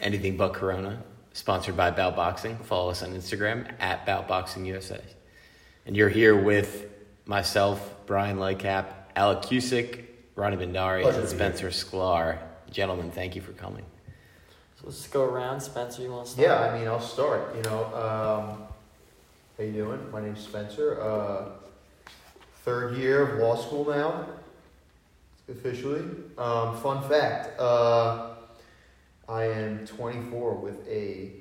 Anything But Corona, sponsored by Bout Boxing. Follow us on Instagram at Bout Boxing USA. And you're here with myself, Brian Lightcap, Alec Cusick, Ronnie Bendari, Pleasure and to be here. Spencer Sklar. Gentlemen, thank you for coming. So let's just go around. Spencer, you want to start? Yeah, I mean, I'll start. You know, um, how you doing? My name's Spencer. Uh, third year of law school now, officially. Um, fun fact: uh, I am 24 with a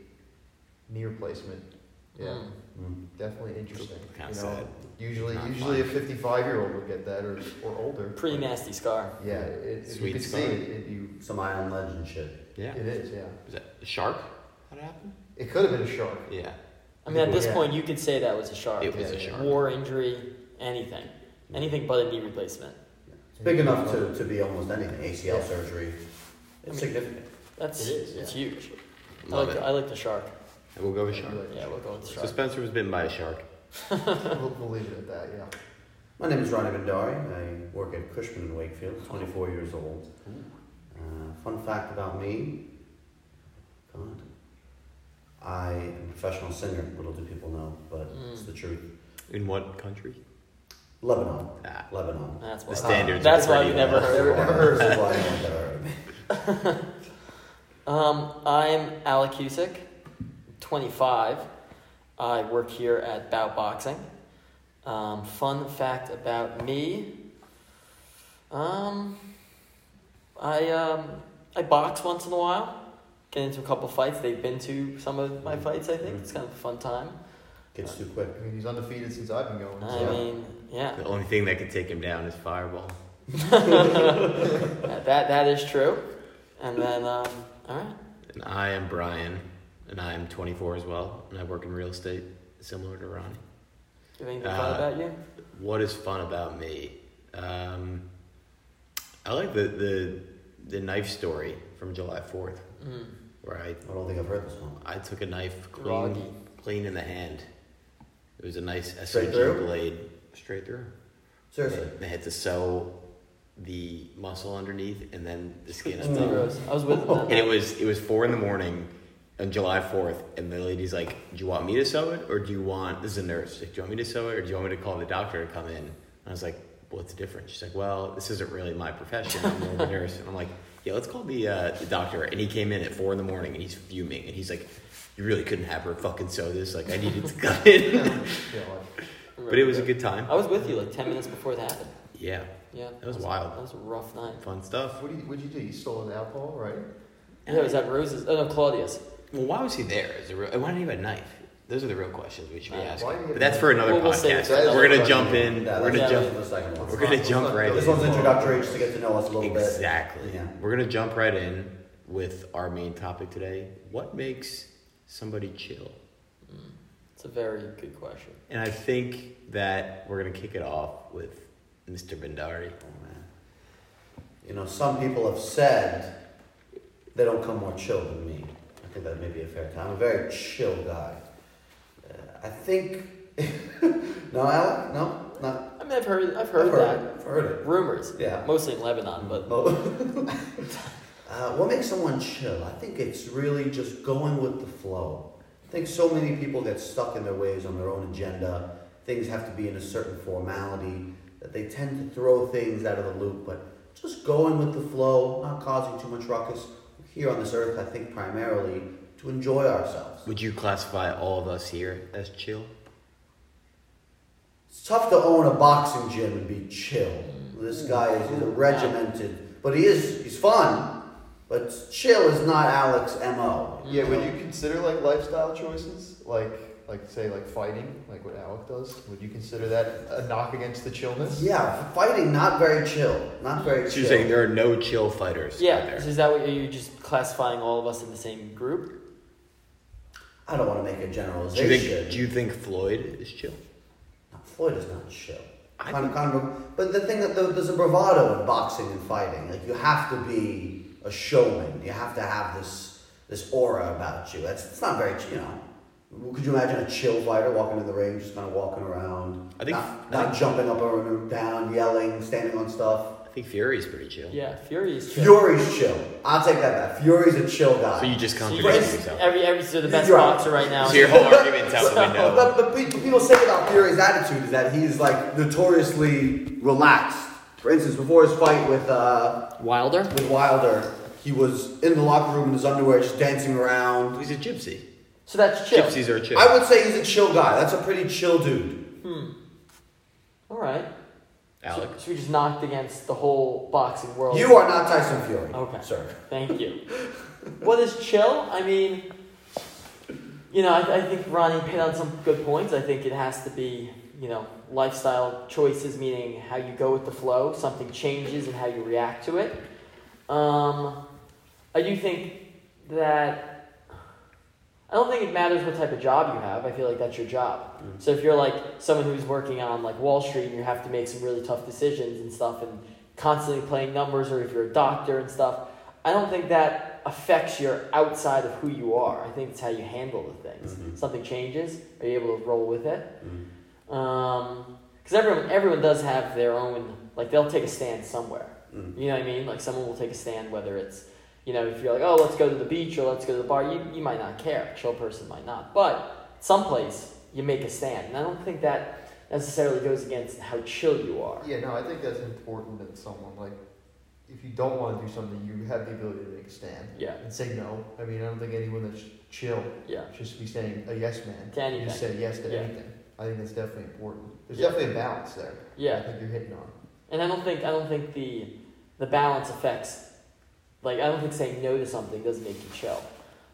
knee replacement. Yeah, Mm. definitely interesting. Hmm. Kinda you know, sad. usually, Not usually fun. a 55 year old would get that or or older. Hmm. Pretty nasty scar. Yeah, it, if Sweet you could scar. see it. it you, Some Iron Legend shit. Yeah. It is. Yeah. Was that a shark? How did it happen? It could have been a shark. Yeah. I mean, at this Yeah. point, you could say that was a shark. It was yeah, a yeah. shark. War injury, anything, anything but a knee replacement. It's big enough to, to be almost anything. ACL surgery. It's I mean- significant. That's It is, it's yeah. huge. I Love like, it. I like the shark. And we'll go with shark. Yeah, we'll go with the So shark. Spencer was bitten by a shark. we'll, we'll leave it at that. Yeah. My name is Ronnie Bendari. I work at Cushman in Oh. Wakefield, 24 years old. Uh, fun fact about me God, I am a professional singer, little do people know, but it's Mm. the truth. In what country? Lebanon. Ah, Lebanon. That's Uh, why. the standards. That's are why pretty you never low. heard. Never heard. That's why I don't get hurt. Um, I'm Alec Cusick, 25. I work here at Bout Boxing. Um, fun fact about me. Um, I um, I box once in a while. Get into a couple fights. They've been to some of my fights. I think it's kind of a fun time. Gets too quick. I mean, he's undefeated since I've been going. I so- mean, yeah, The only thing that could take him down is Fireball. that that is true. And then um, all right, And I am Brian, and I am 24 as well, and I work in real estate, similar to Ronnie. you think anything fun Uh, about you? What is fun about me? Um, I like the, the the knife story from July 4th, Mm. where I I don't think I've heard this one. I took a knife Groggy. clean, clean in the hand. It was a nice Straight SOG through? blade, straight through. Seriously. They had to sew the muscle underneath and then the skin on It's pretty top. gross. I was with them. that And it night. was it was four in the morning on July fourth, and the lady's like, "Do you want me to sew it, or do you want?" This is a nurse. She's like, "Do you want me to sew it, or do you want me to call the doctor to come in?" And I was like, "What's the difference?" She's like, "Well, this isn't really my profession. I'm more of a nurse." And I'm like, "Yeah, let's call the uh, the doctor." And he came in at four in the morning, and he's fuming, and he's like. You really couldn't have her fucking sew this. Like I needed to come in, Yeah, like, but it was a good time. I was with you like ten minutes before that happened. Yeah, Yeah. that was That wild, was a rough night. fun stuff. what do you, what'd you do? You stole the alcohol, right? Yeah, it was at Rose's. Oh no, Claudia's. Well, why was he there? Is the real, and why did he have a knife? Those are the real questions we should be Uh, asking. why did he But have that's a for another Well, we'll save podcast. that. That's we're gonna what- jump in. Yeah, we're gonna that's- Yeah. jump. that's the second one. We're gonna Let's jump not- right let's This in. not one's introductory just to get to know us a little bit. Exactly. Yeah. We're gonna jump right in with our main topic today. What makes somebody chill? Mm. It's a very good question. And I think that we're gonna kick it off with Mr. Bendari. Oh, man. You know, some people have said they don't come more chill than me. I think that may be a fair comment. I'm a very chill guy. Uh, I think. no, Alec? No? Not, I mean, I've heard, I've I've heard that. it. I've heard it. Rumors, Yeah. mostly in Lebanon, but Mo- Oh. uh, what makes someone chill? I think it's really just going with the flow. I think so many people get stuck in their ways on their own agenda. Things have to be in a certain formality that they tend to throw things out of the loop. But just going with the flow, not causing too much ruckus. Here on this earth, I think primarily to enjoy ourselves. Would you classify all of us here as chill? It's tough to own a boxing gym and be chill. This Mm. guy is he's a regimented, but he is he's fun. But chill is not Alex mo. Mm. Yeah. Would you consider like lifestyle choices, like like say like fighting, like what Alec does? Would you consider that a knock against the chillness? Yeah, fighting not very chill, not very So chill. you're saying there are no chill fighters out yeah. Mm-hmm. there. So is that what you're just classifying all of us in the same group? I don't want to make a Do you generalization. think do you think Floyd is chill? No, Floyd is not chill. I Conor- Conor- but the thing that there- there's a bravado in boxing and fighting. Like you have to be a showman. You have to have this this aura about you. That's it's not very you know. Could you imagine a chill fighter walking in the ring, just kind of walking around, I think- not, I not think- jumping up or down, yelling, standing on stuff? I think Fury's pretty chill. Yeah, Fury is chill. Fury's chill. I'll take that back. Fury's a chill guy. So you just So you contradict just, yourself. every every so the best You're right. boxer right now. So your whole argument's out the window. But, but pe- people say about Fury's attitude is that he's like notoriously relaxed. For instance, before his fight with uh, Wilder. with Wilder, he was in the locker room in his underwear, just dancing around. He's a gypsy. So that's chill. Gypsies are chill. I would say he's a chill guy. That's a pretty chill dude. All right. Alec. So, so we just knocked against the whole boxing world. You are not Tyson Fury, Okay. sir. Thank you. what is chill? I mean, you know, I, I think Ronnie hit on some good points. I think it has to be, you know, lifestyle choices, meaning how you go with the flow, something changes and how you react to it. Um, I do think that. I don't think it matters what type of job you have. I feel like that's your job. So if you're like someone who's working on like Wall Street and you have to make some really tough decisions and stuff and constantly playing numbers or if you're a doctor and stuff, I don't think that affects your outside of who you are. I think it's how you handle the things. Something changes, are you able to roll with it? Um 'cause because everyone everyone does have their own like they'll take a stand somewhere. You know what I mean? Like someone will take a stand whether it's you know if you're like oh let's go to the beach or let's go to the bar you you might not care. A chill person might not, but someplace you make a stand, and I don't think that necessarily goes against how chill you are. Yeah, no, I think that's important that someone like if you don't want to do something, you have the ability to make a stand Yeah, and say no. I mean, I don't think anyone that's chill yeah. should just be saying a yes man. To anything. You just say yes to Yeah. anything. I think that's definitely important. There's Yeah. definitely a balance there. Yeah. I think you're hitting on. And I don't think I don't think the the balance affects like I don't think saying no to something doesn't make you chill.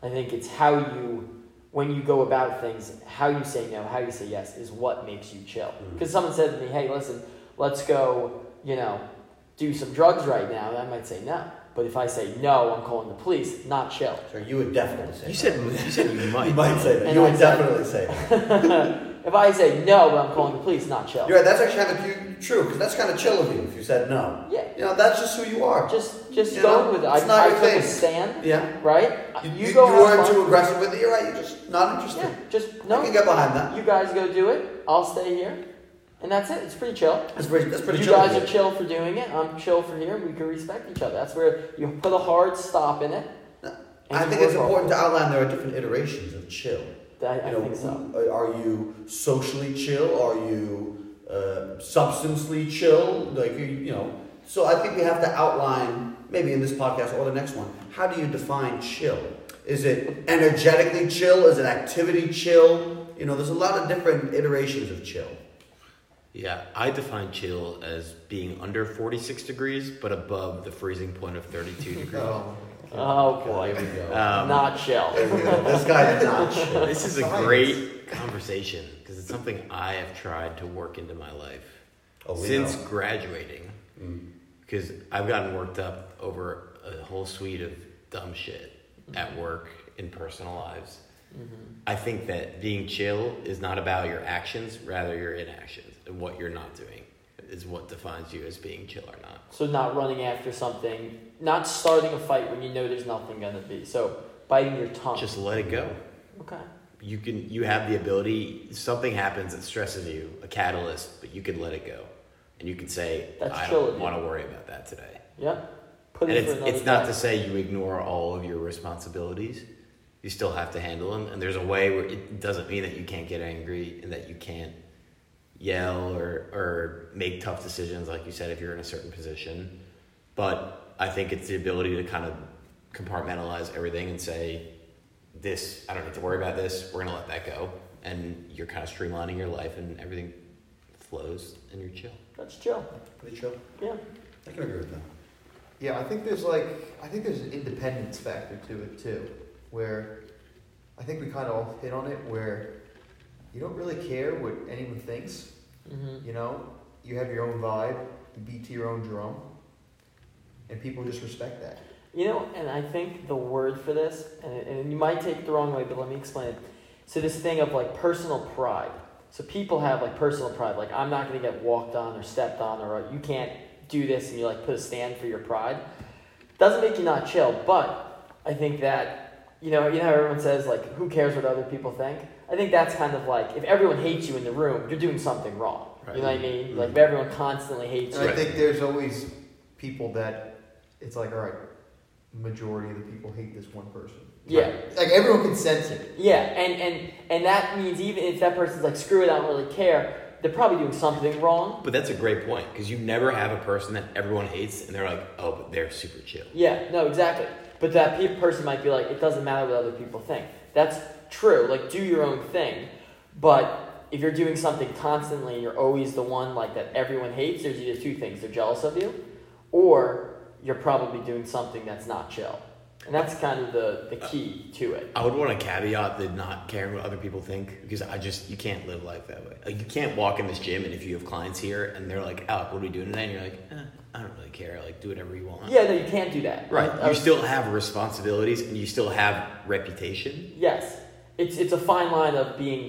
I think it's how you when you go about things, how you say no, how you say yes is what makes you chill. Mm-hmm. Because someone said to me, "Hey, listen, let's go, you know, do some drugs right now." And I might say no, but if I say no, I'm calling the police. Not chill. Sir, you would definitely say. You that. said you said you you might. might say that. And you I would said- definitely say that. If I say no, but I'm calling the police, not chill. You're right. That's actually kind of cu- true because that's kind of chill of you if you said no. Yeah. You know, that's just who you are. Just just You go know, with it. it's I, not I your took thing. a stand, yeah. right? You, you, go have weren't fun. too aggressive with it. You're right. You're just not interested. Yeah, just no. I can get behind that. You guys go do it. I'll stay here, and that's it. It's pretty chill. That's pretty. That's pretty you chill. guys of are chill for doing it. I'm chill for here. We can respect each other. That's where you put a hard stop in it. No, and I you think it's work important to outline there are different iterations of chill. on it. I, I you know, uh, think so. Are you socially chill? Are you uh, substancely chill? Like you, you know. So I think we have to outline maybe in this podcast or the next one. How do you define chill? Is it energetically chill? Is it activity chill? You know, there's a lot of different iterations of chill. Yeah, I define chill as being under 46 degrees but above the freezing point of 32 degrees. Oh. mm-hmm. Oh boy, we go. Um, not chill. There we go. This guy did not chill. This is a Science. great conversation because it's something I have tried to work into my life Oh, we since know. graduating Mm. because I've gotten worked up over a whole suite of dumb shit at work in personal lives. Mm-hmm. I think that being chill is not about your actions, rather your inactions and what you're not doing is what defines you as being chill or not. So not running after something, not starting a fight when you know there's nothing gonna be. So biting your tongue. Just let it go. okay. You can you have the ability something happens that stresses you, a catalyst, but you can let it go. And you can say That's I chill of don't you." want to worry about that today. Yep. Put and it it's for another it's not day. to say you ignore all of your responsibilities. You still have to handle them and there's a way where it doesn't mean that you can't get angry and that you can't yell or or make tough decisions like you said if you're in a certain position. But I think it's the ability to kind of compartmentalize everything and say this i don't need to worry about this we're gonna let that go and you're kind of streamlining your life and everything flows and you're chill That's chill. Pretty chill. Yeah. I can agree with that. Yeah, I think there's like I think there's an independence factor to it too, where I think we kind of all hit on it where you don't really care what anyone thinks. hmm You know, you have your own vibe, you beat to your own drum, and people just respect that. You know, and I think the word for this, and, and you might take it the wrong way, but let me explain it. So this thing of like personal pride. So people have like personal pride, like I'm not gonna get walked on or stepped on, or you can't do this, and you like put a stand for your pride. Doesn't make you not chill, but I think that you know, you know, how everyone says like, who cares what other people think? I think that's kind of like if everyone hates you in the room, you're doing something wrong. You know what I mean? Like if everyone constantly hates And you, I think there's always people that it's like, all right, majority of the people hate this one person. Yeah. Like everyone can sense it. Yeah, and, and and that means even if that person's like, screw it, I don't really care, they're probably doing something wrong. But that's a great point because you never have a person that everyone hates and they're like, oh, but they're super chill. Yeah, no, exactly. But that pe- person might be like, it doesn't matter what other people think. That's true. Like, do your own thing. But if you're doing something constantly and you're always the one like that everyone hates, there's either two things: they're jealous of you, or you're probably doing something that's not chill. And that's kind of the, the key to it. I would want to caveat the not caring what other people think because I just you can't live life that way. Like you can't walk in this gym and if you have clients here and they're like, "Alec, what are we doing today?" and you're like, eh, "I don't really care. Like do whatever you want." Yeah, no, you can't do that. Right. I You was- still have responsibilities and you still have reputation. Yes, it's it's a fine line of being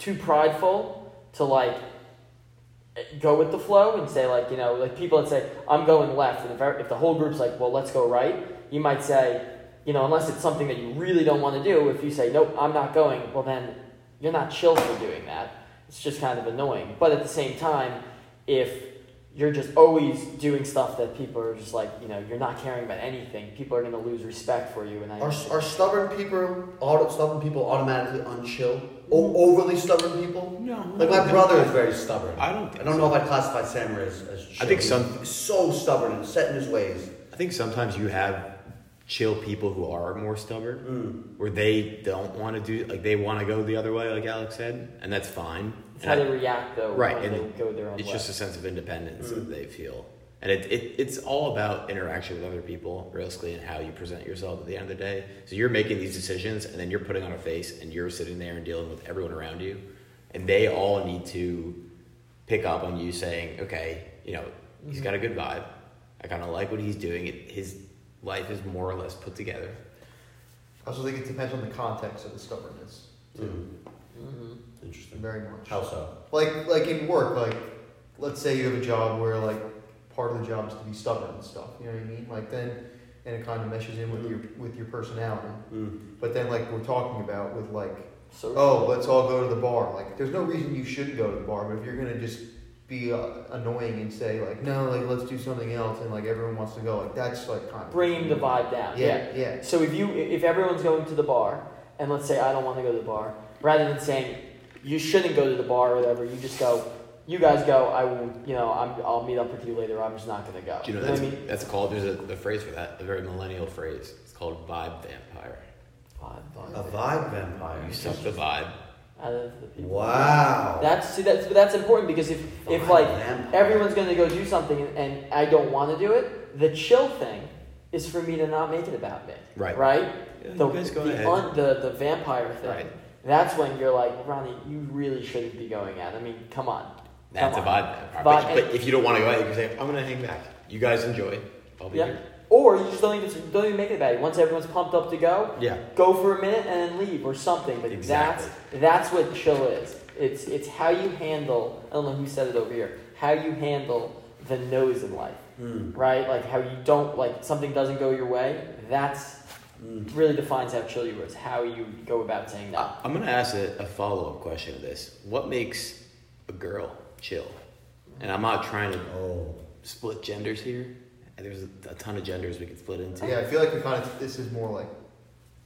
too prideful to like go with the flow and say like you know like people that say I'm going left and if I- if the whole group's like well let's go right you might say you know unless it's something that you really don't want to do if you say nope I'm not going well then you're not chill for doing that it's just kind of annoying but at the same time if you're just always doing stuff that people are just like you know you're not caring about anything people are going to lose respect for you and I Are, are stubborn people, auto, stubborn people automatically unchill? O- overly stubborn people? No. Like my brother is very stubborn. I don't think I don't know if I'd classify Sam as, as chill. I think some- He's so stubborn and set in his ways. I think sometimes you have chill people who are more stubborn Hmm. where they don't want to do like they want to go the other way like Alex said, and that's fine. It's And how I- they react, though. Right, When and they go their own it's way. just a sense of independence that they feel and it, it, it's all about interaction with other people realistically and how you present yourself at the end of the day so you're making these decisions and then you're putting on a face and you're sitting there and dealing with everyone around you and they all need to pick up on you saying okay you know he's Mm-hmm. got a good vibe i kind of like what he's doing it, his life is more or less put together I also think it depends on the context of the stubbornness, Mm. Mhm. Interesting. very much. How so? Like like in work, like let's say you have a job where like part of the job is to be stubborn and stuff. You know what I mean? Like then, and it kind of meshes in with your with your personality. Mm. But then like we're talking about with like So, oh let's all go to the bar. Like there's no reason you shouldn't go to the bar, but if you're gonna just be uh, annoying and say like no like let's do something else and like everyone wants to go like that's like kind of bringing the vibe down. yeah yeah So if you if everyone's going to the bar, and let's say I don't want to go to the bar, rather than saying you shouldn't go to the bar or whatever, you just go. You guys go. I will. You know, I'm, I'll meet up with you later. I'm just not gonna go. do you know what that's, I mean? that's called there's a the phrase for that a very millennial phrase it's called vibe vampire Vibe, vibe. A vibe vampire. you suck the vibe Out of the people. Wow. That's see that's but that's important because if if Oh, Vibe like vampire. everyone's gonna go do something and, and I don't want to do it, the chill thing is for me to not make it about me. Right. Right. Yeah, the, you guys go the, ahead. un- the the vampire thing. Right. That's when you're like, Ronnie, you really shouldn't be going out. I mean, come on. That's a Come vibe. Vibe- But, but if you don't want to go out, you can say, I'm going to hang back. You guys enjoy. I'll be Yeah. here. Or you just don't even don't even make it about it. Once everyone's pumped up to go, Yeah. go for a minute and then leave or something. But Exactly. that's that's what chill is. It's it's how you handle. I don't know who said it over here. How you handle the no's in life, Mm. right? Like how you don't like something doesn't go your way. That's Mm. really defines how chill you are. It's how you go about saying no. I'm going to ask a, a follow up question to this. What makes a girl chill? And I'm not trying to Oh. split genders here. And There's a, a ton of genders we could split into. yeah I feel like we kind of this is more like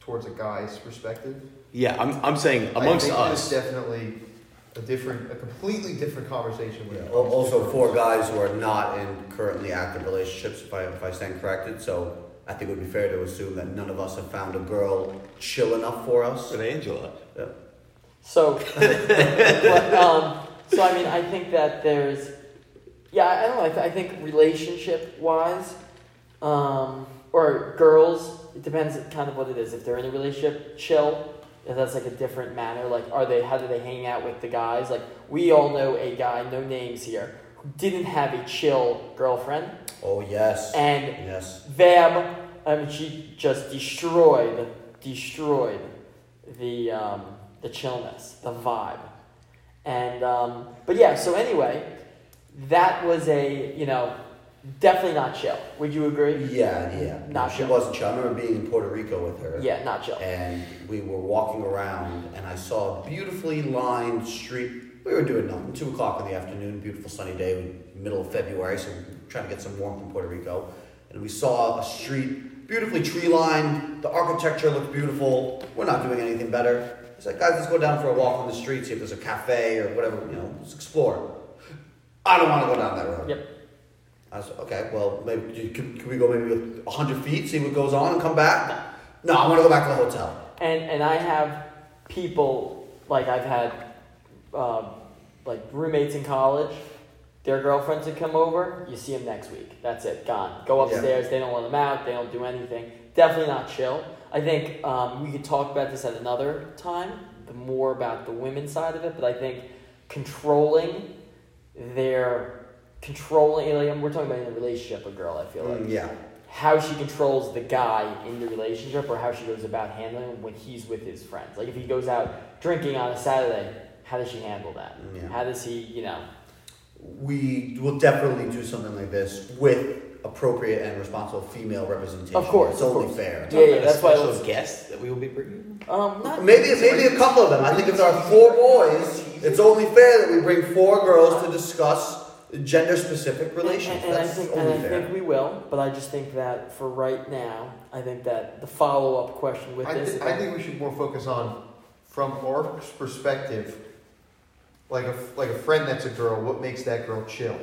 towards a guy's perspective. Yeah, I'm, I'm saying amongst I think us. It's definitely a different, a completely different conversation. With Al- Also, for guys who are not in currently active relationships, if I, if I stand corrected, so I think it would be fair to assume that none of us have found a girl chill enough for us. with Angela. Yeah. So, but, um, so I mean, I think that there's, yeah, I don't know. I, th- I think relationship wise, um, or girls, it depends kind of what it is. If they're in a relationship, chill. If that's like a different manner, like are they? How do they hang out with the guys? Like we all know a guy, no names here, who didn't have a chill girlfriend, Oh, yes. and Yes. Vab, I mean, um, she just destroyed, destroyed the um, the chillness, the vibe, and um, but yeah. So anyway, that was a you know Definitely not chill. Would you agree? Yeah, yeah. Not she chill. wasn't chill. I remember being in Puerto Rico with her. Yeah, not chill. And we were walking around, and I saw a beautifully lined street. We were doing nothing. Two o'clock in the afternoon, beautiful sunny day, middle of February, so we're trying to get some warmth in Puerto Rico. And we saw a street beautifully tree lined. The architecture looked beautiful. We're not doing anything better. I was like, guys, let's go down for a walk on the street, see if there's a cafe or whatever. You know, let's explore. I don't want to go down that road. Yep. I said, okay, well, maybe do you- can, can we go maybe a hundred feet, see what goes on, and come back? No, I want to go back to the hotel. and and I have people like I've had um, like roommates in college. Their girlfriends would come over. You see them next week. That's it. Gone. Go Yeah. upstairs. They don't let them out. They don't do anything. Definitely not chill. I think um, we could talk about this at another time. The more about the women's side of it, but I think controlling their controlling. Like, we're talking about in a relationship, a girl. I feel like Mm, yeah, how she controls the guy in the relationship or how she goes about handling him when he's with his friends. Like if he goes out drinking on a Saturday, how does she handle that? Mm, yeah. How does he, you know? we will definitely do something like this with appropriate and responsible female representation. Of course, it's of only course. fair. Yeah, yeah, that's why I special was- guest that we will be bringing. Um, not Maybe maybe a couple of them. I think if there are four boys, it's only fair that we bring four girls to discuss gender specific relations. And, and I That's think, and only I fair. think we will, but I just think that for right now, I think that the follow up question with I, this, thi- I think we should more focus on, from our perspective, like a f- like a friend that's a girl. What makes that girl chill?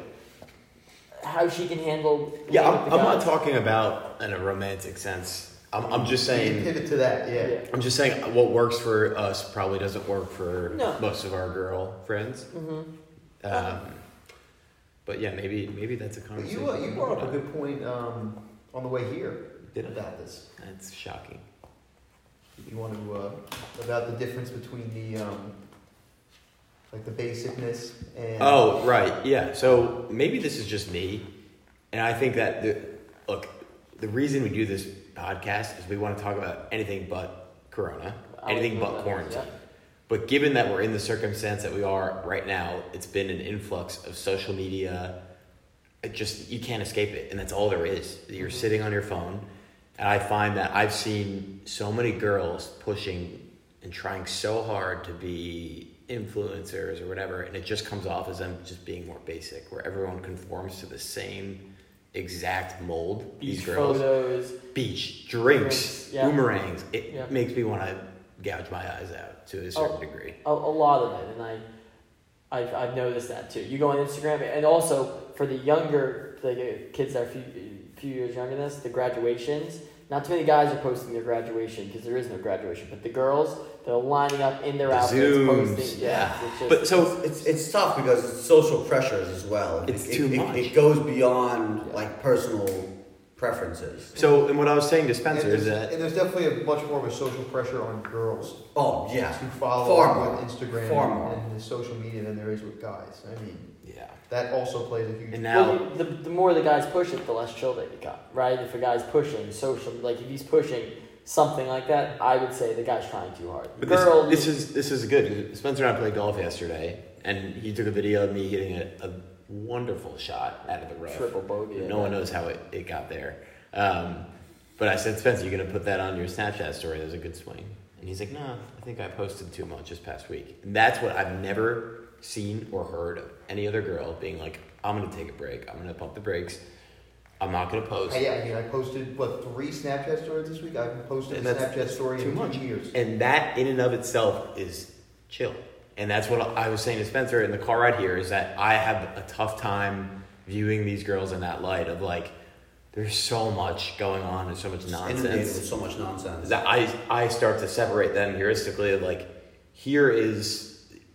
how she can handle. Yeah, I'm, with the I'm not guy. talking about in a romantic sense. I'm, I'm just We should saying. pivot to that. Yeah. Yeah. I'm just saying what works for us probably doesn't work for No. most of our girl friends. Mm-hmm. Um, but yeah, maybe maybe that's a But conversation. you uh, you brought up a good point um, on the way here Did I? about this. That's shocking. You want to uh, about the difference between the um, like the basicness and Oh, right. Yeah. So maybe this is just me. And I think that, the, look, the reason we do this podcast is we want to talk about anything but Corona, anything but quarantine. But given that we're in the circumstance that we are right now, it's been an influx of social media. It just you can't escape it, and that's all there is. You're sitting on your phone, and I find that I've seen so many girls pushing and trying so hard to be influencers or whatever, and it just comes off as them just being more basic, where everyone conforms to the same exact mold. Beach these girls photos. beach, drinks, Drinks, yeah. boomerangs. It Yeah. makes me want to gouge my eyes out to a certain Oh. degree. a, a lot of it, and I, I've, I've noticed that too. You go on Instagram, and also for the younger, like uh, kids that are few, few years younger than us, the graduations. Not too many guys are posting their graduation because there is no graduation, but the girls they're lining up in their The outfits, Zooms, posting. yeah. it's just, But so It's, it's tough because it's social pressures as well. It's it, too it, much. It, it goes beyond like personal preferences. so, and what I was saying to And Spencer there's, is that and there's definitely a much more of a social pressure on girls Oh yeah, to follow Far up more. with Instagram Far more. and the social media than there is with guys. I mean, yeah, that also plays a huge. and Well, now you- the, the more the guys push it, the less chill that you got, right? If a guy's pushing social, like if he's pushing something like that, I would say the guy's trying too hard. but Girl, this, this is this is good. Spencer and I played golf yesterday, and he took a video of me hitting a, a wonderful shot out of the rough. triple bogey. No one knows how it, it got there. Um, but I said, Spencer, you're gonna put that on your Snapchat story. That was a good swing. And he's like, Nah, I think I posted too much this past week. And that's what I've never seen or heard of any other girl being like, I'm gonna take a break. I'm gonna pump the brakes. I'm not gonna post. I, yeah, I mean, I posted what three Snapchat stories this week. I haven't posted And a that's Snapchat story too in much. two years. And that in and of itself is chill. And that's what I was saying to Spencer in the car right here is that I have a tough time viewing these girls in that light of like, there's so much going on and so much Inundated nonsense. with so much nonsense. that I I start to separate them heuristically of like here is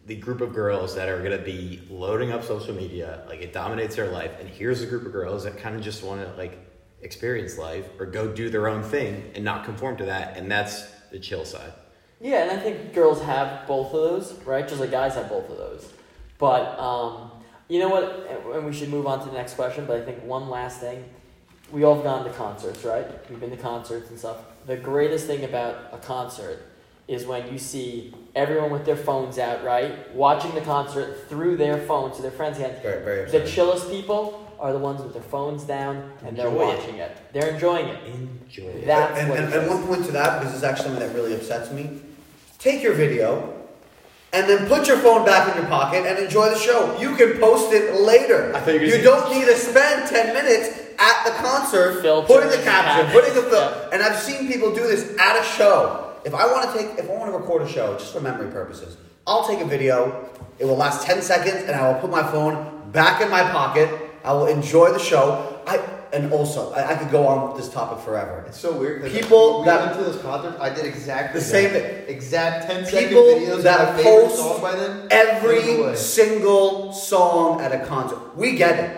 the group of girls that are gonna be loading up social media, like it dominates their life, and here's a group of girls that kind of just want to like experience life or go do their own thing and not conform to that, and that's the chill side. Yeah, and I think girls have both of those, right? Just like guys have both of those. But um, you know what? And- And we should move on to the next question. But I think one last thing: we all have gone to concerts, right? We've been to concerts and stuff. The greatest thing about a concert is when you see everyone with their phones out, right? Watching the concert through their phone so their friends can. Very, very The upsetting. chillest people are the ones with their phones down and they're Enjoy it. watching it. They're enjoying it. Enjoy it. That's and, what and, it and is. one point to that, because this is actually something that really upsets me. Take your video and then put your phone back in your pocket and enjoy the show. You can post it later. I thought you were gonna say- don't need to spend 10 minutes at the concert Filtering putting the the caption, caption. putting the film. Yeah. And I've seen people do this at a show. If I want to take, if I want to record a show, just for memory purposes, I'll take a video. It will last 10 seconds and I will put my phone back in my pocket. I will enjoy the show. I, and also, I, I could go on with this topic forever. It's so weird. 'cause People we that- went to this concert. I did exactly The same that. thing. Exact 10 second People videos. that of my favorite post song by them. Fade away. every single song at a concert. We get it.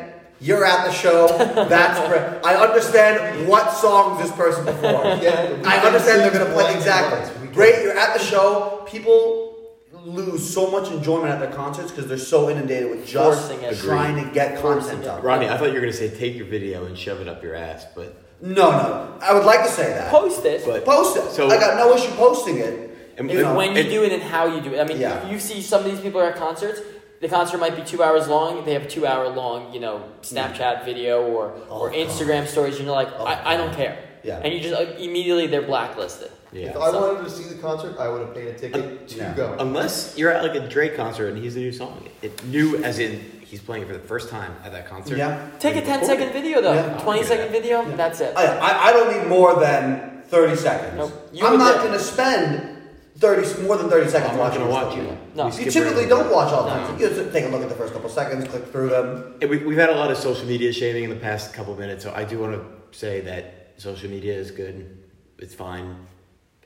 You're at the show. That's great. I understand what songs this person performed. Yeah, we I can understand they're sing gonna play blind exactly. Lights. We Great. can- You're at the show. People lose so much enjoyment at their concerts because they're so inundated with just Forcing it. trying to get content Forcing it. up. Ronnie, I thought you were gonna say take your video and shove it up your ass, but No, no. I would like to say that. Post it. But- Post it. So- I got no issue posting it. And- you know. when you it- do it and how you do it. I mean, Yeah. you, you see some of these people are at concerts. The concert might be two hours long. They have a two-hour long, you know, Snapchat video or, Mm. Oh, or God. Instagram stories, and you're like, Oh, I, I don't God. care. Yeah. And you just like, immediately they're blacklisted. If yeah. I wanted to see the concert, I would have paid a ticket to Yeah. go. Unless you're at like a Drake concert and he's a new song, it new as in he's playing it for the first time at that concert. Yeah. Take a 10-second video though, Yeah. twenty second video. Yeah. That's it. I, I, I don't need more than 30 seconds. Nope. You I'm would not do- going to spend 30 more than 30 seconds I'm not watching gonna this watch whole you. thing. No. We You skip You right typically over don't that. watch all the No. time. You just take a look at the first couple seconds, click through them. And we, we've had a lot of social media shaming in the past couple minutes, so I do want to say that social media is good. It's fine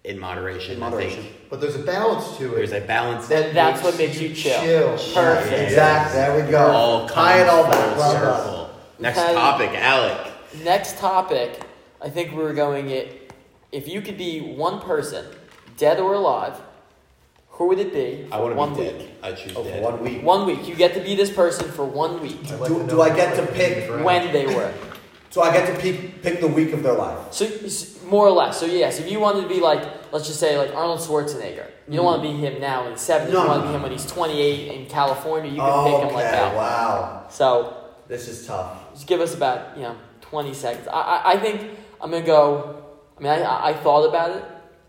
in moderation. In moderation. I think But there's a balance to there's it. a balance. That- that's what makes you chill. Perfect. Yeah. Exactly. There we go. all Tie it comes all full back. Well done. circle. Next Okay. topic, Alec. Next topic, I think we were going it. If you could be one person, dead or alive, who would it be? I want for to one be week. dead. I choose Oh, dead. for one week. One week. You get to be this person for one week. I'd like Do- know do I get to what pick they did. When they were. So I get to pick, pick the week of their life. So s- more or less. So yes, if you wanted to be like, let's just say like Arnold Schwarzenegger, you don't want to be him now in the seventies. No, you want to no, be him when he's twenty eight in California. You can pick okay. him like that. Wow. So This is tough. just give us about you know twenty seconds. I I, I think I'm gonna go. I mean, I- I, I thought about it.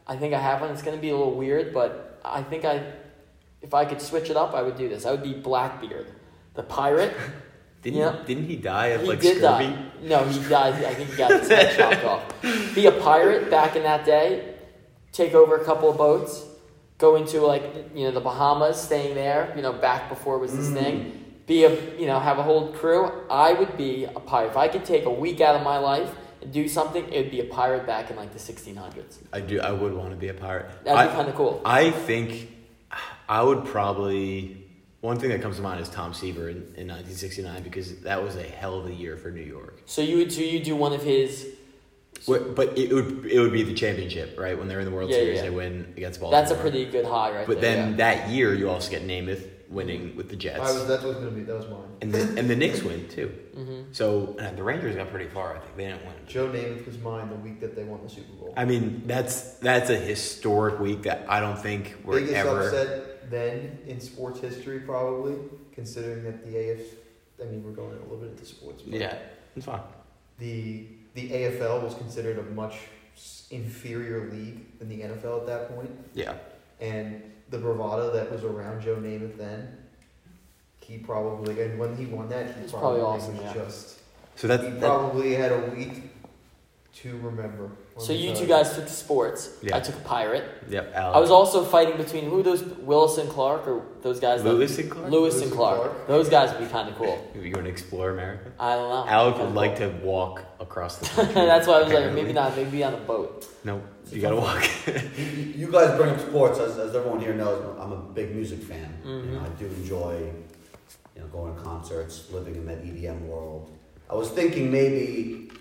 I think I have one. It's gonna be a little weird, but I think I, if I could switch it up, I would do this. I would be Blackbeard, the pirate. Didn't Yeah. didn't he die of He like did scurvy? die. No, he died. I think he got his head chopped off. Be a pirate back in that day. Take over a couple of boats. Go into like you know the Bahamas, staying there. You know back before it was Mm. this thing. Be a you know have a whole crew. I would be a pirate if I could take a week out of my life and do something. It would be a pirate back in like the 1600s. I do. I would want to be a pirate. That'd be I- kind of cool. I think I would probably. One thing that comes to mind is Tom Seaver in, in 1969 because that was a hell of a year for New York. So you would so you do one of his. Wh- But it would it would be the championship, right? When they're in the World Yeah, yeah, Series, yeah. they win against Baltimore. That's a pretty good high right But there. then yeah. that year, you also get Namath winning with the Jets, I was, that was going to be, that was mine. and the, and the Knicks win too. Mm-hmm. So and the Rangers got pretty far. I think they didn't win. Joe Namath was mine the week that they won the Super Bowl. I mean, that's that's a historic week that I don't think we're Biggest ever. upset then in sports history, probably, considering that the AF. I mean, we're going a little bit into sports. But Yeah, it's fine. The the AFL was considered a much s- inferior league than the NFL at that point, Yeah. and the bravado that was around Joe Namath then. He probably and when he won that, he It's probably, probably awesome, was yeah. just. So that's He that- probably had a week to remember. on So his you own. two guys took sports. Yeah. I took a pirate. yep. Alex. I was also fighting between who those Willis and Clark or those guys. that- Lewis and Clark. Lewis Lewis and and Clark. Clark. Those guys would be kind of cool. You want to explore America? I don't know. Alec would like to walk across the country. Oh, That's why I was like, apparently. maybe not. Maybe on a boat. No, you gotta walk. You, you guys bring up sports, as, as everyone here knows. I'm a big music fan. You know, Mhm. I do enjoy, you know, going to concerts, living in that EDM world. I was thinking maybe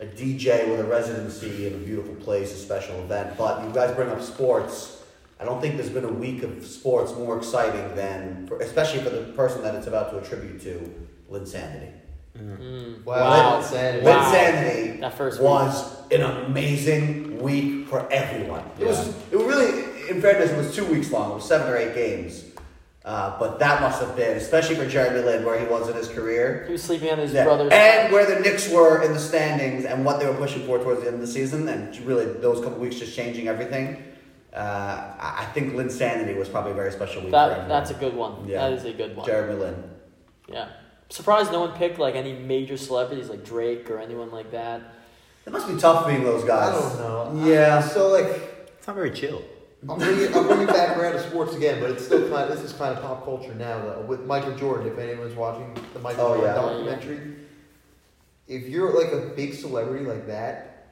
a DJ with a residency in a beautiful place, a special event. But you guys bring up sports. I don't think there's been a week of sports more exciting than, for, especially for the person that it's about to attribute to, Lynn Sanity. Mm. Wow, Wow. Sanity. Lynn Wow. Sanity That first one. was an amazing week for everyone. It was it really in fairness, it was two weeks long. It was seven or eight games. Uh, but that must have been, especially for Jeremy Lin, where he was in his career. He was sleeping on his Yeah. brother's. And where the Knicks were in the standings and what they were pushing for towards the end of the season, and really those couple weeks just changing everything. Uh, I I think Lin's sanity was probably a very special week for that everyone. that's a good one. Yeah. That is a good one. Jeremy Lin. Yeah. Surprised no one picked like any major celebrities like Drake or anyone like that. It must be tough being those I guys. don't know. I- Yeah. so like, It's not very chill. I'm bringing, I'm bringing back around to sports again, but it's still kind. Of, this is kind of pop culture now, though. With Michael Jordan, if anyone's watching the Michael Oh, Jordan yeah. documentary, if you're like a big celebrity like that,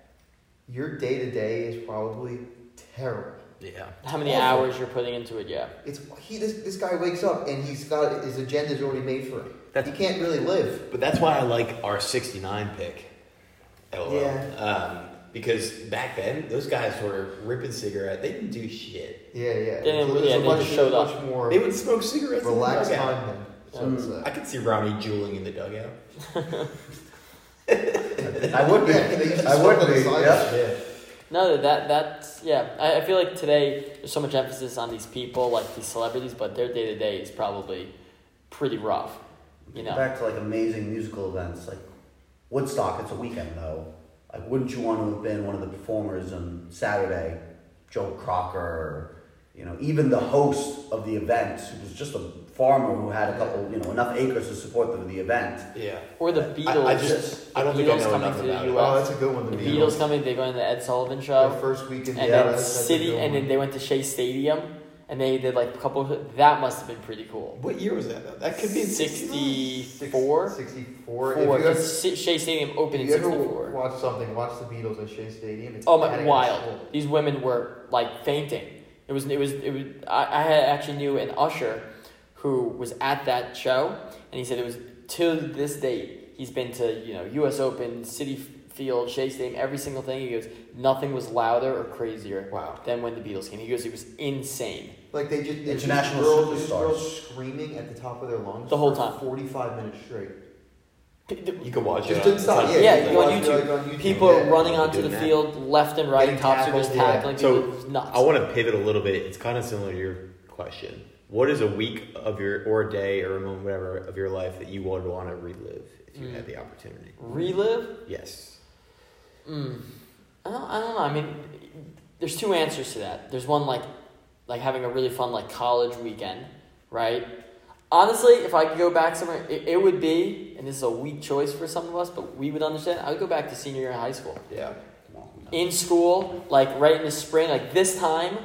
your day to day is probably terrible. Yeah. How many Awful. hours you're putting into it? Yeah. It's he. This, this guy wakes up and he's got his agenda's already made for him. That's- he can't really live. But that's why I like our 69 pick. LOL. Yeah. Um, because back then, those guys were ripping cigarette. They didn't do shit. Yeah, yeah. Yeah, So yeah, there's a they much, just showed much up. more They would smoke cigarettes. in the relaxed dugout. time then. So it's, uh, I could see Ronnie jeweling in the dugout. I would be. Yeah, they used to I smoke would on the be. side. Yeah. No, that that's yeah. I, I feel like today there's so much emphasis on these people, like these celebrities, but their day to day is probably pretty rough. You know. Back to like amazing musical events, like Woodstock. It's a weekend though. Like, wouldn't you want to have been one of the performers on Saturday? Joe Crocker, or, you know, even the host of the event, who was just a farmer who had a couple, you know, enough acres to support the, the event. Yeah. Or the I- Beatles. I, just, I don't think I Beatles know coming enough to the about US. it. Oh, that's a good one. the The Beatles coming, they go on the Ed Sullivan Their show, first weekend. and yeah, then that's- that's a City, good and one. then they went to Shea Stadium, and they did like a couple. Of, that must have been pretty cool. What year was that, though? That could be in 69. Six- sixty-four. 64. Four, If you, 'cause ever, Si- Shea Stadium opened in if you ever '64. watch something, watch the Beatles at Shea Stadium. It's Oh my! out of Wild. control. These women were like fainting. It was. It was. It was. I, I had actually knew an usher who was at that show, and he said it was to this date he's been to you know U.S. Open, City Field, Shea Stadium, every single thing. He goes, nothing was louder or crazier Wow. than when the Beatles came. He goes, it was insane. Like they just there's International these girls, these superstars. girls screaming at the top of their lungs The whole for time. 45 minutes straight. P- the- You could watch Just it. didn't on- stop. it's Yeah, on- yeah, you go on watch it, YouTube. like, on YouTube, People yeah. running They're onto the doing that. field left and right. Getting Cops are just tackled, yeah. tackling. So, people. It's nuts. I want to pivot a little bit. It's kind of similar to your question. What is a week of your, or a day, or a moment, whatever, of your life that you would want to relive if you Mm. had the opportunity? relive. Yes. Mm. I don't, I don't know. I mean, there's two answers to that. There's one like, like having a really fun like college weekend, right? Honestly, if I could go back somewhere, it, it would be, and this is a weak choice for some of us, but we would understand. I would go back to senior year of high school Yeah. in school, like right in the spring, like this time,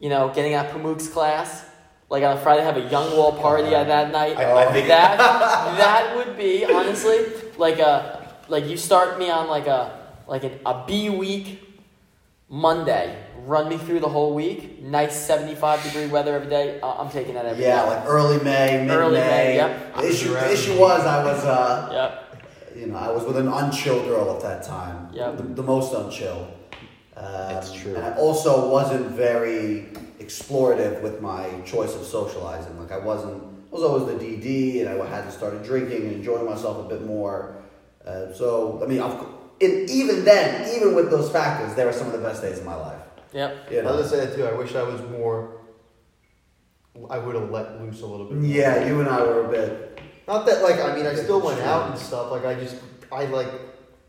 you know, getting out Pamuk's class, like on a Friday, have a young wall party at that night. I- I think- that that would be honestly like a like you start me on like a like an, a B week Monday, run me through the whole week. Nice seventy five degree weather every day. I- I'm taking that every day. Yeah, like early May, mid May. Early May, yep. The issue, the issue was I was, uh, Yep. you know, I was with an unchill girl at that time. Yep. The, the most unchill. Um, That's true. And I also wasn't very explorative with my choice of socializing. Like I wasn't, I was always the DD, and I hadn't started drinking and enjoying myself a bit more. Uh, so I mean, of, cou- and even then, even with those factors, they were some of the best days of my life. Yep. You know? Others say that too. I wish I was more. I would have let loose a little bit. more. Yeah, you and I were a bit. Not that like I mean I still went out and stuff. Like I just I like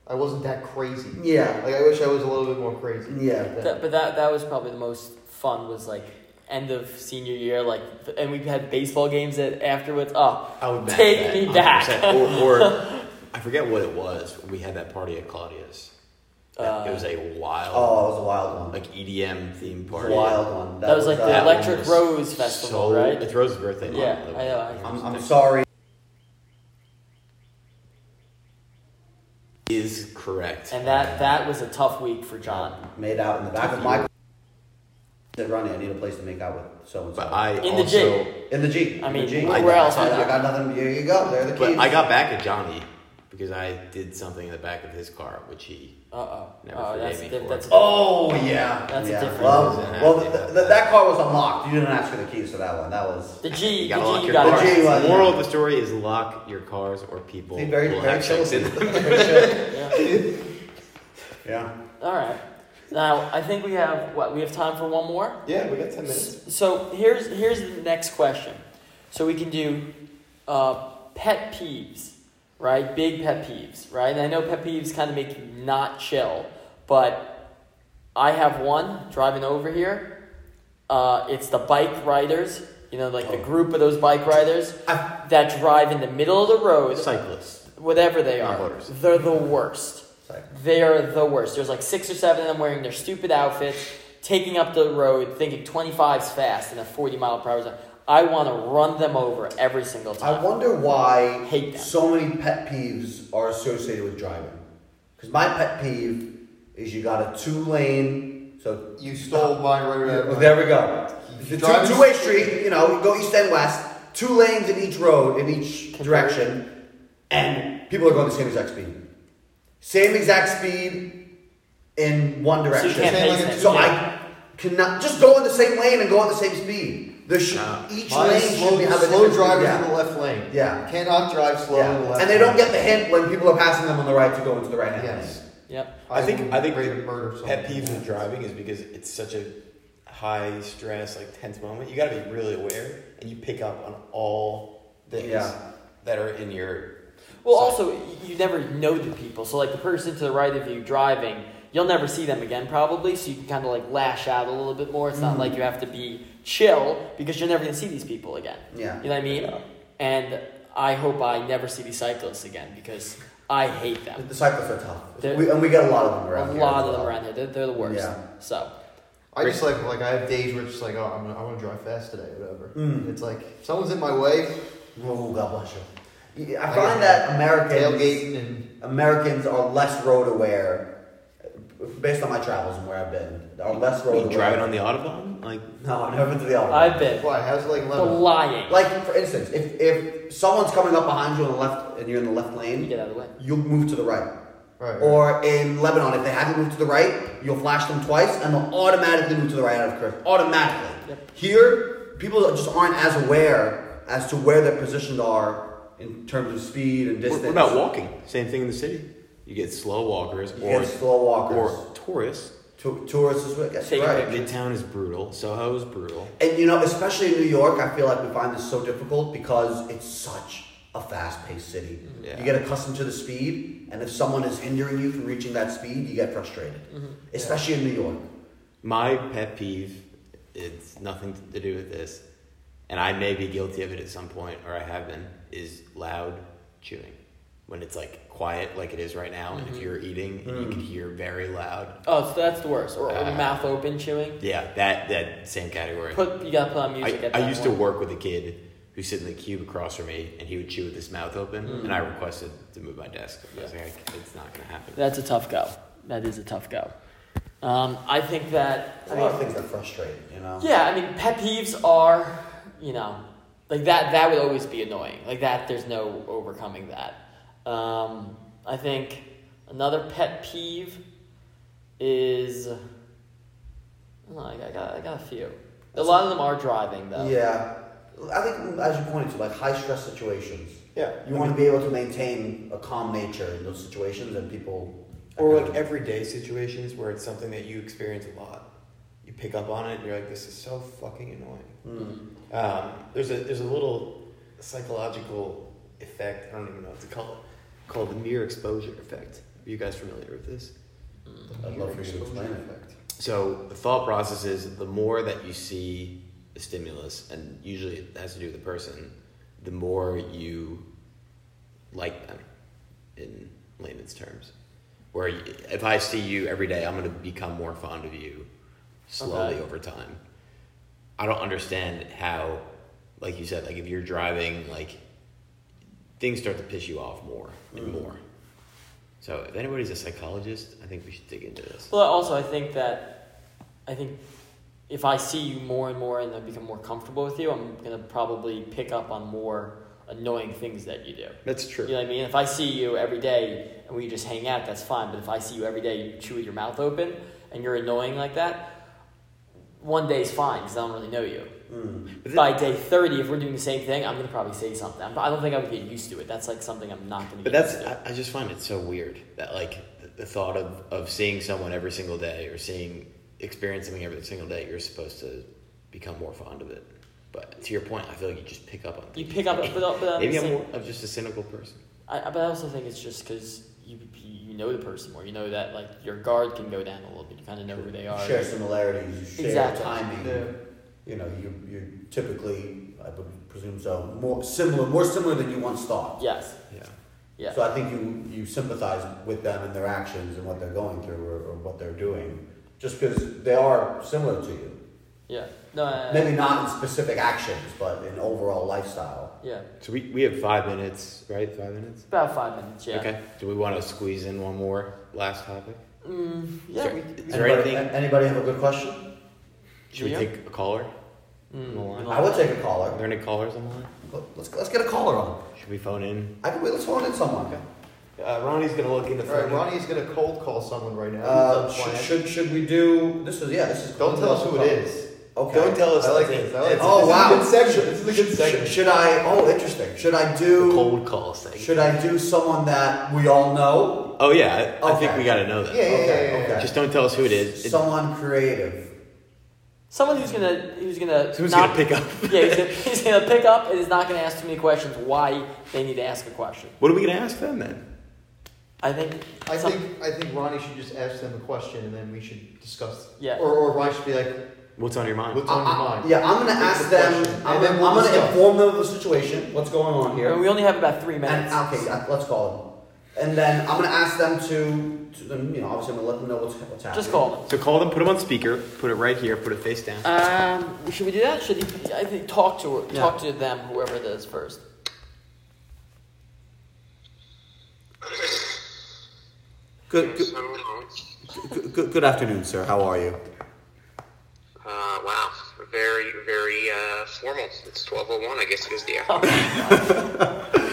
I wasn't that crazy. Yeah, Like I wish I was a little bit more crazy. yeah. That, but that that was probably the most fun was like end of senior year like and we had baseball games that afterwards oh I would match Take that, me back. 100%. Or, or I forget what it was. We had that party at Claudia's. That- it Uh, was a wild, Oh, it was a wild one. like E EDM theme Wild party. one. That, was like the that uh, Electric one was Rose Festival, so, right? It's Rose's birthday. month. Yeah, I know, I know. I'm, I'm sorry. Is correct. And that that was a tough week for John. Made out in the back of my. Said Ronnie, I need a place to make out with so and But so. I In the also, gym. In the Jeep. I in the mean, Jeep. where I- else I, would you- I got nothing. Here you go. There are the keys. but I got back at Johnny because I did something in the back of his car, which he. Uh oh. Never Oh, forgave that's me that- for that's it. Oh yeah. That's a yeah. different Well, reason. well th- th- that car was unlocked. You didn't ask for the keys to that one. That was. the G. You the gotta G. lock You your got cars. The G was- The moral of the story is lock your cars or people See, very will very have sex chill. in them. Very chill. Yeah. yeah. All right. Now, I think we have what we have time for one more. Yeah, we got ten minutes. S- So here's here's the next question. So we can do uh, pet peeves, right? Big pet peeves, right? And I know pet peeves kind of make you not chill, but I have one driving over here. Uh, it's the bike riders, you know, like the Oh. group of those bike riders I- that drive in the middle of the road, Cyclists. whatever they Yeah, are. motors. They're the worst. Sorry. They are the worst. There's like six or seven of them wearing their stupid outfits, taking up the road, thinking 25's fast in a 40 mile per hour zone. I want to run them over every single I time. wonder why Hate them. so many pet peeves are associated with driving. Because my pet peeve is you got a two lane, so You stole mine right out Well, of there we go. The Driving- two, two-way street, you know, you go east and west, two lanes in each road, in each Can direction, and people are going the same exact speed. Same exact speed in one so you direction. can't Same pace like them. a- So yeah. I cannot just go in the same lane and go at the same speed. There should Nah. each Mine lane is slow, should be have a slow different- drivers yeah. in the left lane. Yeah. You cannot drive slow yeah. in the left and they don't lane. get the hint when people are passing them on the right to go into the right hand. Yes. Yep. I think- would I think rate the it murder someone. Pet peeves with driving is because it's such a high stress, like tense moment. You got to be really aware, and you pick up on all things Yeah. that are in your. Well, So- also, you never know the people. So, like, the person to the right of you driving, you'll never see them again, probably. So, you can kind of like lash out a little bit more. It's not like you have to be chill because you're never going to see these people again. Yeah. You know what I mean? Yeah. And I hope I never see these cyclists again because I hate them. The, the cyclists are tough. They're- We, and we get a lot of them around A here lot as of them well. around here. They're, they're the worst. Yeah. So I just like like I have days where it's just like oh I'm gonna, I want to drive fast today whatever. Mm. It's like someone's in my way. Oh, God bless you. Yeah, I I got find that Americans, tailgating and Americans are less road aware, based on my travels and where I've been, are less road You aware. driving on the autobahn, like No, I've never been to the Alabama. I've been why? How's it like the lemon? lying. Like, for instance, if, if someone's coming up behind you on the left and you're in the left You lane, get out of the way. you'll move to the right. Right. Or in Lebanon, if they haven't moved to the right, you'll flash them twice and they'll automatically move to the right out of curve. Automatically. Yep. Here, people just aren't as aware as to where they're positioned are in terms of speed and what distance. what about walking? Same thing in the city. You get slow walkers You or get slow walkers. or tourists. Tou- tourists as well. Yes, Take a right. picture. Midtown is brutal. Soho is brutal. And you know, especially in New York, I feel like we find this so difficult because it's such a fast-paced city. Yeah. You get accustomed to the speed, and if someone is hindering you from reaching that speed, you get frustrated. Especially in New York. My pet peeve, it's nothing to do with this, and I may be guilty of it at some point, or I have been, is loud chewing. When it's like quiet, like it is right now, Mm-hmm. and if you're eating and you can Mm. hear very loud, Oh, so that's the worst. Or, or Uh, mouth open chewing. yeah, that that same category. Put you gotta put on music. I, at that I used to point. work with a kid who sit in the cube across from me, and he would chew with his mouth open, and Mm. I requested to move my desk. I was like, I, it's not gonna happen. That's a tough go. That is a tough go. Um, I think that. A I lot of mean, things that frustrate, you know. yeah, I mean, pet peeves are, you know, like that. That would always be annoying. Like that. There's no overcoming that. Um, I think another pet peeve is. Oh, I got, I got, I got a few. A lot of them are driving though. Yeah. I think, as you pointed to, like high stress situations. Yeah, You want to be able to maintain a calm nature in those situations, and people. Or like everyday situations where it's something that you experience a lot. You pick up on it and you're like, this is so fucking annoying. Mm. Um, there's, a, there's a little psychological effect, I don't even know what to call it, called the mere exposure effect. Are you guys familiar with this? I'd love for you to explain it. So the thought process is the more that you see a stimulus, and usually it has to do with the person, the more you like them, in layman's terms. Where you, if I see you every day, I'm going to become more fond of you slowly Okay. over time. I don't understand how, like you said, like if you're driving, like things start to piss you off more and Mm. more. So if anybody's a psychologist, I think we should dig into this. Well, also I think that I think if I see you more and more and I become more comfortable with you, I'm gonna probably pick up on more annoying things that you do. That's true. You know what I mean? If I see you every day and we just hang out, that's fine. But if I see you every day, you chew with your mouth open and you're annoying like that, one day's fine because I don't really know you. Mm. But By day thirty, if we're doing the same thing, I'm gonna probably say something. I'm- I don't think I would get used to it. That's like something I'm not gonna. But get that's used to. I, I just find it so weird that like th- the thought of, of seeing someone every single day or seeing experience something every single day, you're supposed to become more fond of it. But to your point, I feel like you just pick up on You things. pick up, but, but, but I'm Maybe I'm saying- more of just a cynical person. I, I- but I also think it's just because you you know the person more. You know that like your guard can go down a little bit. You kind of know who they are. share similarities, you share Exactly. timing. Yeah. You know, you you're typically, I would presume so, more similar, more similar than you once thought. Yes. Yeah. Yeah. So I think you you sympathize with them and their actions and what they're going through or, or what they're doing, just because they are similar to you. Yeah. No. uh, Uh, I, I- Maybe not in specific actions, but in overall lifestyle. Yeah. So we, we have five minutes, right? Five minutes? About five minutes. Yeah. Okay. Do we want to squeeze in one more last topic? Mm, yeah. Sure. We, we, Is there anybody, anything- a- anybody have a good question? Should Yeah. we take a caller? mm, the line. no. I would take a Are caller. there any callers on the line? Let's let's get a caller on. Should we phone in? I can wait. Let's phone in someone. Uh, Ronnie's going to look into All right, Ronnie is gonna cold call someone right now. Uh, He's on should, plan. should should we do this? Is yeah. This is Don't tell us who it is. Okay. Don't tell us. I like that's this. it. I like That's this. it. oh is a wow. good section. This is a good Should- section. Should I? Oh, interesting. Should I The do? cold call thing. Should I do someone that we all know? Oh, yeah. I, I think Okay. we got to know that. Yeah, yeah, Okay, yeah, yeah, yeah. okay. Just don't tell us who it is. It- Someone creative. Someone who's gonna who's gonna Someone's not, going to pick up. yeah he's gonna, he's gonna pick up and is not gonna ask too many questions. Why they need to ask a question. What are we going to ask them then? I think. I some- think I think Ronnie should just ask them a question and then we should discuss. Yeah. Or or Ronnie should be like, What's on your mind? what's on your mind? Uh, yeah, I'm gonna Pick the ask them. question, I'm, and then gonna- we'll I'm gonna discuss. inform them of the situation. What's going on here? and we only have about three And minutes. okay, yeah, let's call them. And then I'm gonna ask them to, to um, you know, obviously I'm gonna let them know what's what's happening. Just call them. So call them, put them on speaker, put it right here, put it face down. Um, should we do that? Should he, I think talk to her, talk to them, whoever it is first. Good, Yes, good, hello. good, good, good afternoon, sir. How are you? Uh, wow, very, very uh, formal. It's 12.01, I guess it is the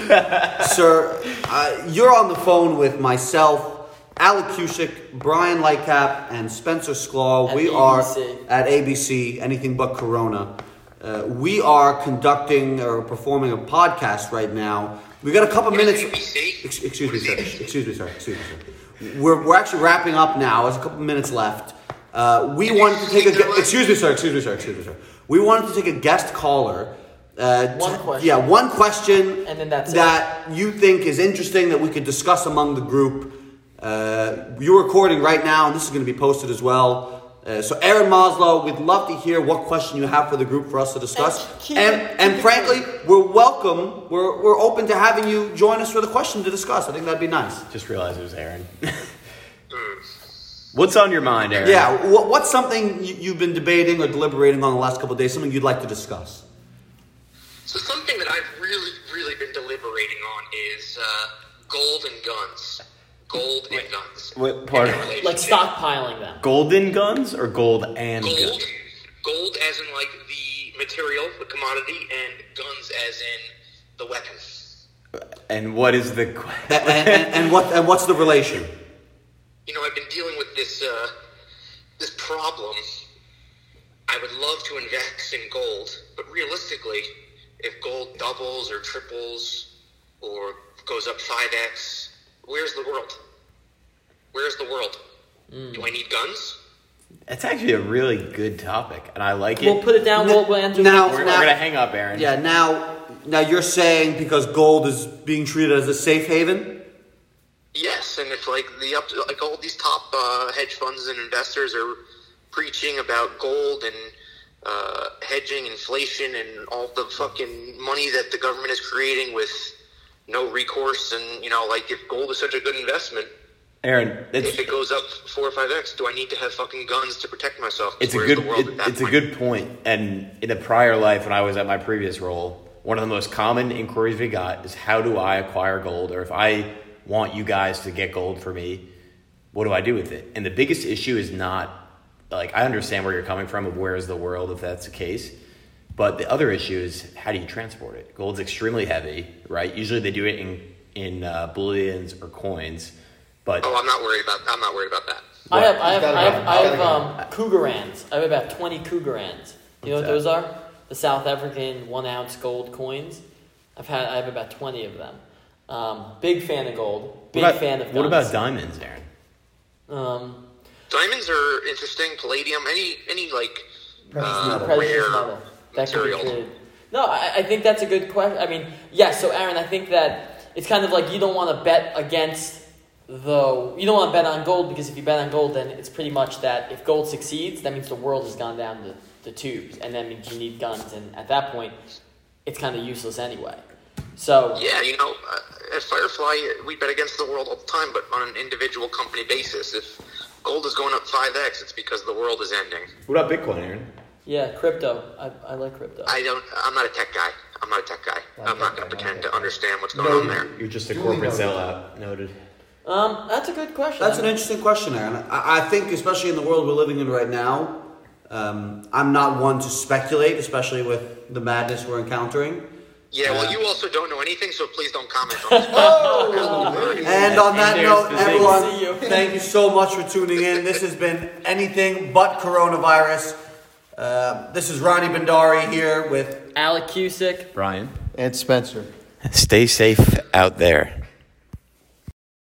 hour. sir, uh, you're on the phone with myself, Alec Cusick, Brian Lightcap, and Spencer Sklar. At we ABC. are at ABC, anything but Corona. Uh, we are conducting or performing a podcast right now. We got a couple What minutes. is ABC? Ex- excuse me, What sir. is ABC? Excuse me, sir. Excuse me, sir. We're, we're actually wrapping up now. There's a couple minutes left. Uh, we wanted to take a. gu- Excuse me, sir. Excuse me, sir. Excuse me, sir. We wanted to take a guest caller. Uh, to- One question. Yeah, one question And then that's it. that you think is interesting that we could discuss among the group. Uh, you're recording right now, and this is going to be posted as well. Uh, so, Aaron Moslow, we'd love to hear what question you have for the group for us to discuss. And keep And, it- and, keep it frankly, we're welcome. We're, we're open to having you join us for the question to discuss. I think that'd be nice. Just realized it was Aaron. Hmm. What's on your mind, Aaron? Yeah, what, what's something you, you've been debating or deliberating on the last couple of days, something you'd like to discuss? So something that I've really, really been deliberating on is uh, gold and guns. Gold and guns. What part? And their relationship. Like stockpiling them. Golden guns or gold and Gold, guns? gold as in like the material, the commodity, and guns as in the weapon. And what is the que- And, and, and, what, and what's the relation? You know, I've been dealing with this uh, this problem. I would love to invest in gold, but realistically, if gold doubles or triples or goes up five x, where's the world? Where's the world? Do I need guns? That's actually a really good topic, and I like it. We'll put it down. We'll, we'll answer Now- we're, the we're next now- one. gonna hang up, Aaron. Yeah, now, now you're saying because gold is being treated as a safe haven? Yes, and if like the up, like all these top uh, hedge funds and investors are preaching about gold and uh, hedging inflation and all the fucking money that the government is creating with no recourse, and you know, like if gold is such a good investment, Aaron, if it's it goes up four or five x, do I need to have fucking guns to protect myself? 'Cause it's a where's good the world it- at that it's a point? good point. And in a prior life, when I was at my previous role, one of the most common inquiries we got is how do I acquire gold, or if I want you guys to get gold for me, what do I do with it? And the biggest issue is not like I understand where you're coming from of where is the world if that's the case. But the other issue is how do you transport it? Gold's extremely heavy, right? Usually they do it in in uh, bullions or coins, but Oh, I'm not worried about. I'm not worried about that. I have, I He's have, gotta I go. have, I He's have gotta um, cougarans. I have about twenty cougarans. You know what What's those are? The South African one ounce gold coins. I've had. I have about twenty of them. Um, big fan of gold. Big what about, fan of. what guns. about diamonds, Aaron? Um, Diamonds are interesting. Palladium, any any like Precious uh, metal. rare precious metal that could be material. created. No, I, I think that's a good question. I mean, yes. so, Aaron, I think that it's kind of like you don't want to bet against the. You don't want to bet on gold because if you bet on gold, then it's pretty much that if gold succeeds, that means the world has gone down the, the tubes, and that means you need guns, and at that point, it's kind of useless anyway. So, Yeah, you know, uh, at Firefly, uh, we bet against the world all the time, but on an individual company basis. If gold is going up 5x, it's because the world is ending. What about Bitcoin, Aaron? yeah, crypto. I, I like crypto. I don't, I'm not a tech guy. I'm not a tech guy. I'm not going to pretend to understand what's going No, on there. You're just a Duly corporate noted. sellout. Noted. Um, that's a good question. That's an interesting question, Aaron. I, I think, especially in the world we're living in right now, um, I'm not one to speculate, especially with the madness we're encountering. Yeah, well, Yeah. you also don't know anything, so please don't comment on this. And on that And there's note, the thing. everyone, See you. thank you so much for tuning in. This has been anything but coronavirus. Uh, this is Ronnie Bendari here with Alec Cusick. Brian. And Spencer. Stay safe out there.